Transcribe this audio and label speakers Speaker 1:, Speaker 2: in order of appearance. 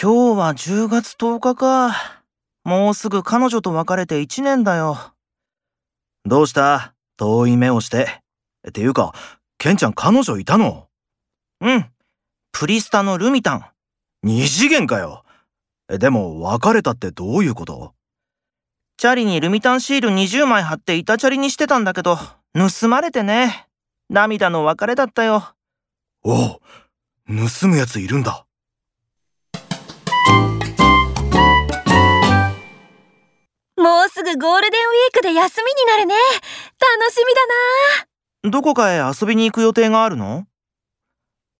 Speaker 1: 今日は10月10日か。もうすぐ彼女と別れて1年だよ。
Speaker 2: どうした遠い目をして。っていうか、ケンちゃん彼女いたの
Speaker 1: うん。プリスタのルミタン。
Speaker 2: 二次元かよえでも、別れたってどういうこと
Speaker 1: チャリにルミタンシール20枚貼って板チャリにしてたんだけど、盗まれてね。涙の別れだったよ。
Speaker 2: おう、盗むやついるんだ。
Speaker 3: もうすぐゴールデンウィークで休みになるね。楽しみだな。
Speaker 1: どこかへ遊びに行く予定があるの